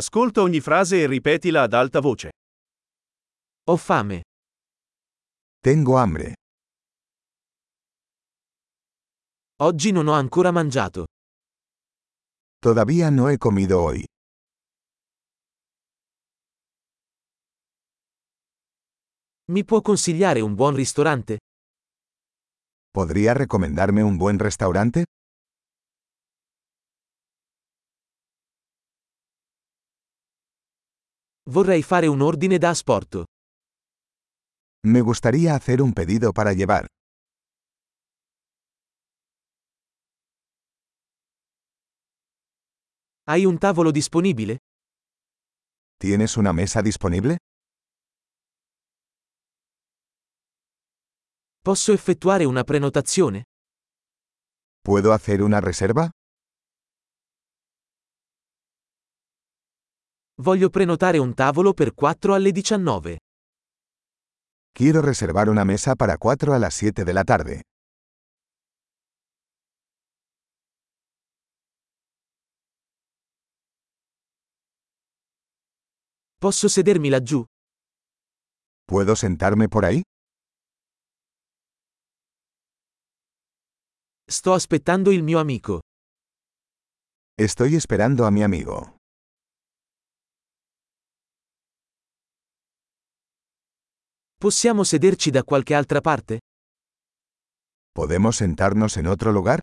Ascolta ogni frase e ripetila ad alta voce. Ho fame. Tengo hambre. Oggi non ho ancora mangiato. Todavía no he comido hoy. Mi può consigliare un buon ristorante? ¿Podría recomendarme un buen restaurante? Vorrei fare un ordine da asporto. Me gustaría hacer un pedido para llevar. Hai un tavolo disponibile? ¿Tienes una mesa disponible? Posso effettuare una prenotazione? ¿Puedo hacer una reserva? Voglio prenotare un tavolo per 4 alle 19. Quiero reservar una mesa para 4 a las 7 de la tarde. Posso sedermi laggiù? ¿Puedo sentarme por ahí? Sto aspettando il mio amico. Estoy esperando a mi amigo. Possiamo sederci da qualche altra parte? ¿Podemos sentarnos en otro lugar?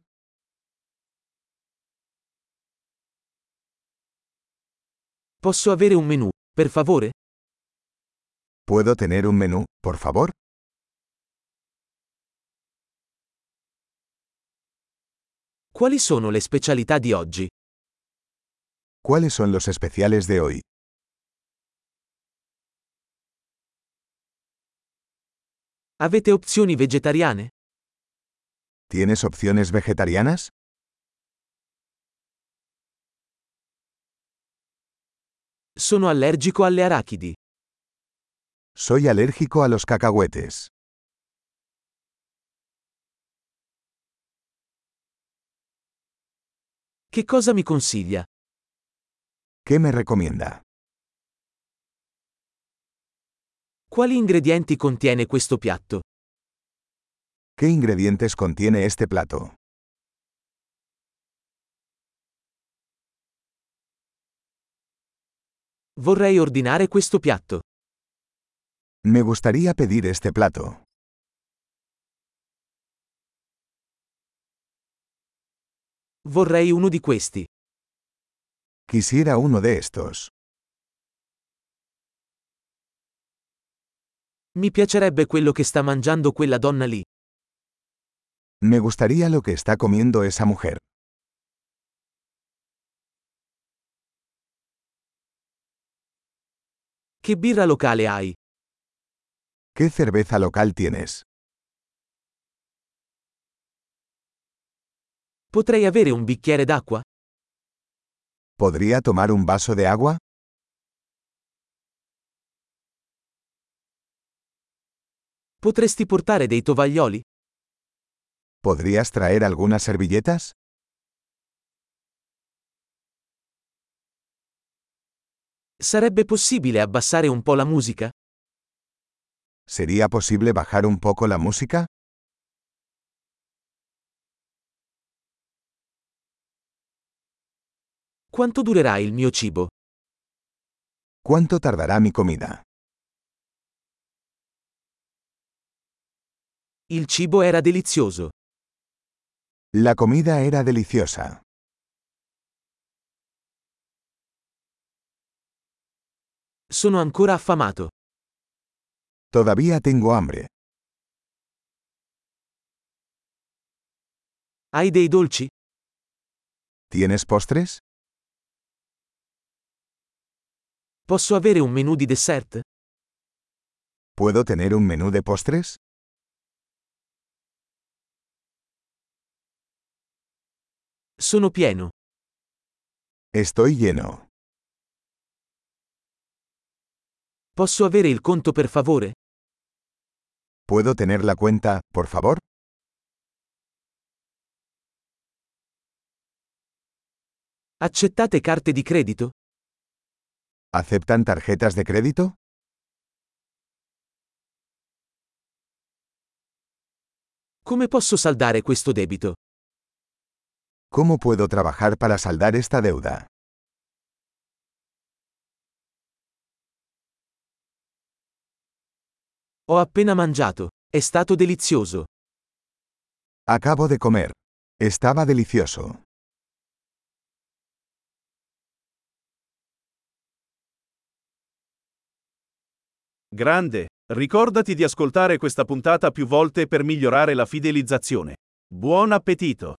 Posso avere un menù, per favore? ¿Puedo tener un menú, por favor? Quali sono le specialità di oggi? ¿Cuáles son los especiales de hoy? Avete opzioni vegetariane? ¿Tienes opciones vegetarianas? Sono allergico alle arachidi. Soy alérgico a los cacahuetes. Che cosa mi consiglia? ¿Qué me recomienda? Quali ingredienti contiene questo piatto? ¿Qué ingredientes contiene este plato? Vorrei ordinare questo piatto. Me gustaría pedir este plato. Vorrei uno di questi. Quisiera uno de estos. Mi piacerebbe quello che sta mangiando quella donna lì. Me gustaría lo que está comiendo esa mujer. Che birra locale hai? ¿Qué cerveza local tienes? Potrei avere un bicchiere d'acqua? ¿Podría tomar un vaso de agua? Potresti portare dei tovaglioli? ¿Podrías traer algunas servilletas? Sarebbe possibile abbassare un po' la musica? ¿Sería posible bajar un poco la música? Quanto durerà il mio cibo? ¿Cuánto tardará mi comida? Il cibo era delizioso. La comida era deliciosa. Sono ancora affamato. Todavía tengo hambre. Hai dei dolci? ¿Tienes postres? Posso avere un menù di dessert? ¿Puedo tener un menú de postres? Sono pieno. Estoy lleno. Posso avere il conto per favore? ¿Puedo tener la cuenta, por favor? Accettate carte di credito? ¿Aceptan tarjetas de crédito? Come posso saldare questo debito? ¿Cómo puedo trabajar para saldar esta deuda? Ho appena mangiato. È stato delizioso. Acabo de comer. Estaba delicioso. Grande, ricordati di ascoltare questa puntata più volte per migliorare la fidelizzazione. Buon appetito!